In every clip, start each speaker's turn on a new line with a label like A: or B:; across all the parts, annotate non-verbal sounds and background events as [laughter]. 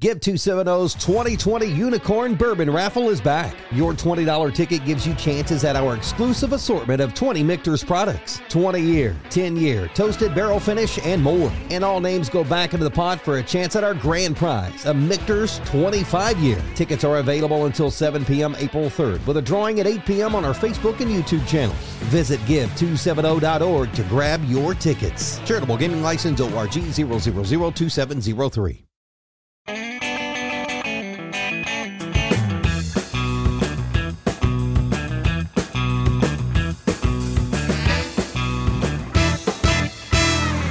A: Give 270's 2020 Unicorn Bourbon Raffle is back. Your $20 ticket gives you chances at our exclusive assortment of 20 Michter's products 20 year, 10 year, toasted barrel finish, and more. And all names go back into the pot for a chance at our grand prize, a Michter's 25 year. Tickets are available until 7 p.m. April 3rd, with a drawing at 8 p.m. on our Facebook and YouTube channels. Visit give270.org to grab your tickets. Charitable Gaming License ORG 0002703.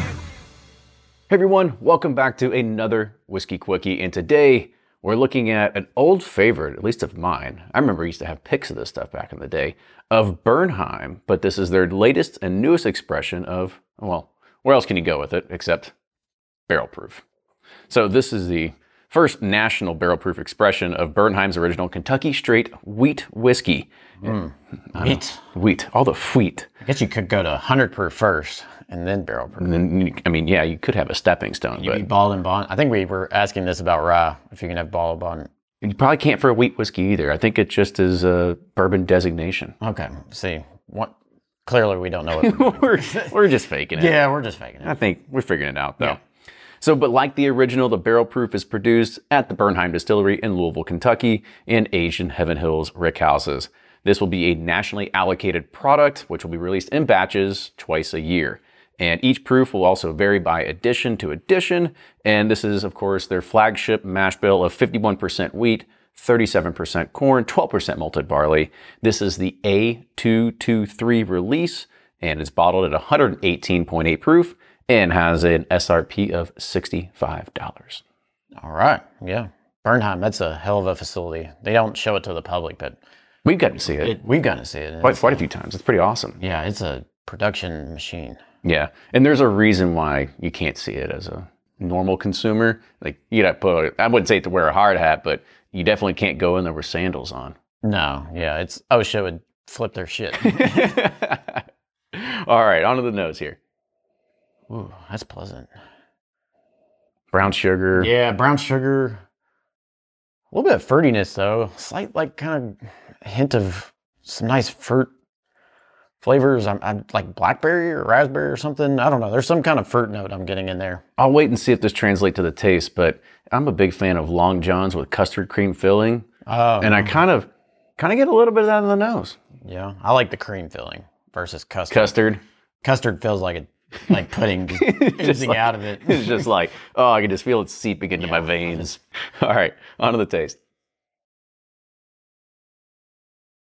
B: Hey everyone, welcome back to another Whiskey Quickie. And today we're looking at an old favorite, at least of mine. I remember I used to have pics of this stuff back in the day, of Bernheim, but this is their latest and newest expression of, well, where else can you go with it except barrel proof? So this is the first national barrel proof expression of Bernheim's original Kentucky straight wheat whiskey.
C: Wheat.
B: Wheat, all the wheat.
C: I guess you could go to 100 proof first and then barrel proof.
B: And then, you- I mean, yeah, you could have a stepping stone,
C: You'd
B: but
C: be bald and bond. I think we were asking this about rye, if you can have bald and bond.
B: you probably can't for a wheat whiskey either. I think it just is a bourbon designation. [laughs]
C: Okay, see. What? Clearly, we don't know [laughs] what we're doing.
B: we're, we're just faking it.
C: Yeah, we're just faking
B: I
C: it.
B: think we're figuring it out though. So, but like the original, the barrel proof is produced at the Bernheim Distillery in Louisville, Kentucky, and Asian Heaven Hills rickhouses. This will be a nationally allocated product, which will be released in batches twice a year. And each proof will also vary by edition to edition. And this is, of course, their flagship mash bill of 51% wheat, 37% corn, 12% malted barley. This is the A223 release and is bottled at 118.8 proof and has an SRP of $65.
C: All right, yeah. Bernheim, that's a hell of a facility. They don't show it to the public, but
B: We've gotten to see it,
C: it, we've got to see it.
B: quite, quite a few times. It's pretty awesome.
C: Yeah, it's a production machine.
B: Yeah. And there's a reason why you can't see it as a normal consumer. Like, you'd have to put, I wouldn't say to wear a hard hat, but you definitely can't go in there with sandals on. [laughs]
C: No, yeah, it's OSHA would flip their [laughs] shit.
B: All right, on to the nose here.
C: Ooh, that's pleasant.
B: Brown sugar.
C: Yeah, brown sugar. A little bit of fruitiness though. Slight like kind of hint of some nice fruit flavors. I'm, I'm like blackberry or raspberry or something. I don't know. There's some kind of fruit note I'm getting in there.
B: I'll wait and see if this translates to the taste, but I'm a big fan of Long Johns with custard cream filling.
C: Oh,
B: and I kind of kind of get a little bit of that in the nose.
C: yeah. I like the cream filling versus
B: [laughs]
C: custard.
B: Custard
C: custard feels like a like pudding
B: [laughs]
C: just oozing
B: like-
C: out of it.
B: is just like, [laughs] oh, I can just feel it seeping into my veins. [laughs] All right, onto the taste.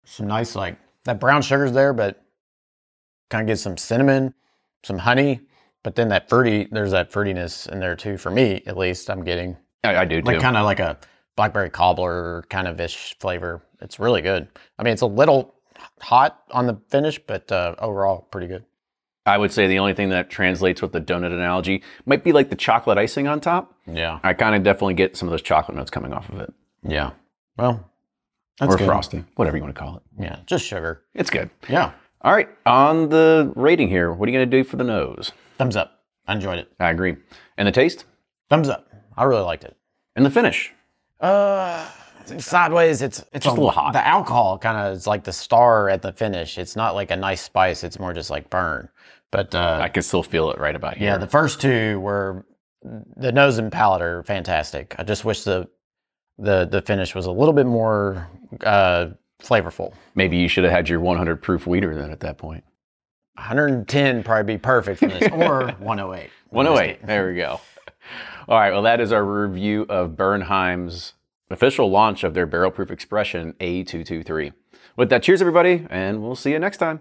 C: Some nice like that brown sugar's there, but kind of gets some cinnamon, some honey, but then that fruity. There's that fruitiness in there too. For me, at least, I'm getting.
B: I, I do too.
C: like kind of like a blackberry cobbler kind of ish flavor. It's really good. I mean, it's a little hot on the finish, but uh, overall pretty good.
B: I would say the only thing that translates with the donut analogy might be like the chocolate icing on top.
C: Yeah,
B: I kind of definitely get some of those chocolate notes coming off of it,
C: yeah. Well, that's
B: or
C: good.
B: frosting, whatever you want to call it.
C: Yeah, just sugar.
B: It's good.
C: Yeah,
B: All right, on the rating here, what are you going to do for the nose?
C: thumbs up. I enjoyed it.
B: I agree. And the taste
C: Thumbs up. I really liked it.
B: and the finish.
C: Uh, sideways. It's it's
B: Just a little hot.
C: The alcohol kind of is like the star at the finish. It's not like a nice spice. It's more just like burn. But uh,
B: I can still feel it right about here.
C: Yeah, the first two were the nose and palate are fantastic. I just wish the the the finish was a little bit more uh, flavorful.
B: Maybe you should have had your 100 proof weeder then at that point.
C: 110 probably be perfect for this, or 108.
B: 108. [laughs] There we go. All right. Well, that is our review of Bernheim's official launch of their barrel proof expression A223. With that, cheers, everybody, and we'll see you next time.